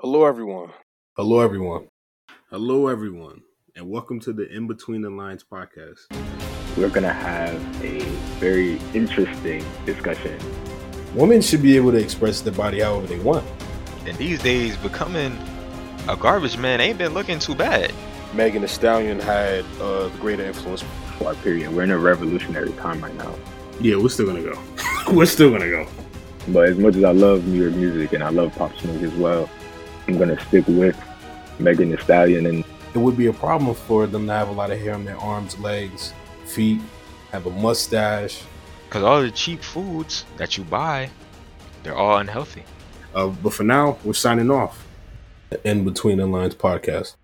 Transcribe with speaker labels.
Speaker 1: Hello, everyone.
Speaker 2: Hello, everyone. Hello, everyone, and welcome to the In Between the Lines podcast.
Speaker 3: We're going to have a very interesting discussion.
Speaker 2: Women should be able to express their body however they want.
Speaker 4: And these days, becoming a garbage man ain't been looking too bad.
Speaker 1: Megan Thee Stallion had uh, greater influence.
Speaker 3: Our period. We're in a revolutionary time right now.
Speaker 2: Yeah, we're still gonna go. we're still gonna go.
Speaker 3: But as much as I love New York music and I love pop smoke as well, I'm going to stick with Megan Thee Stallion. And
Speaker 2: It would be a problem for them to have a lot of hair on their arms, legs, feet, have a mustache.
Speaker 4: Because all the cheap foods that you buy, they're all unhealthy.
Speaker 2: Uh, but for now, we're signing off. The In Between the Lines podcast.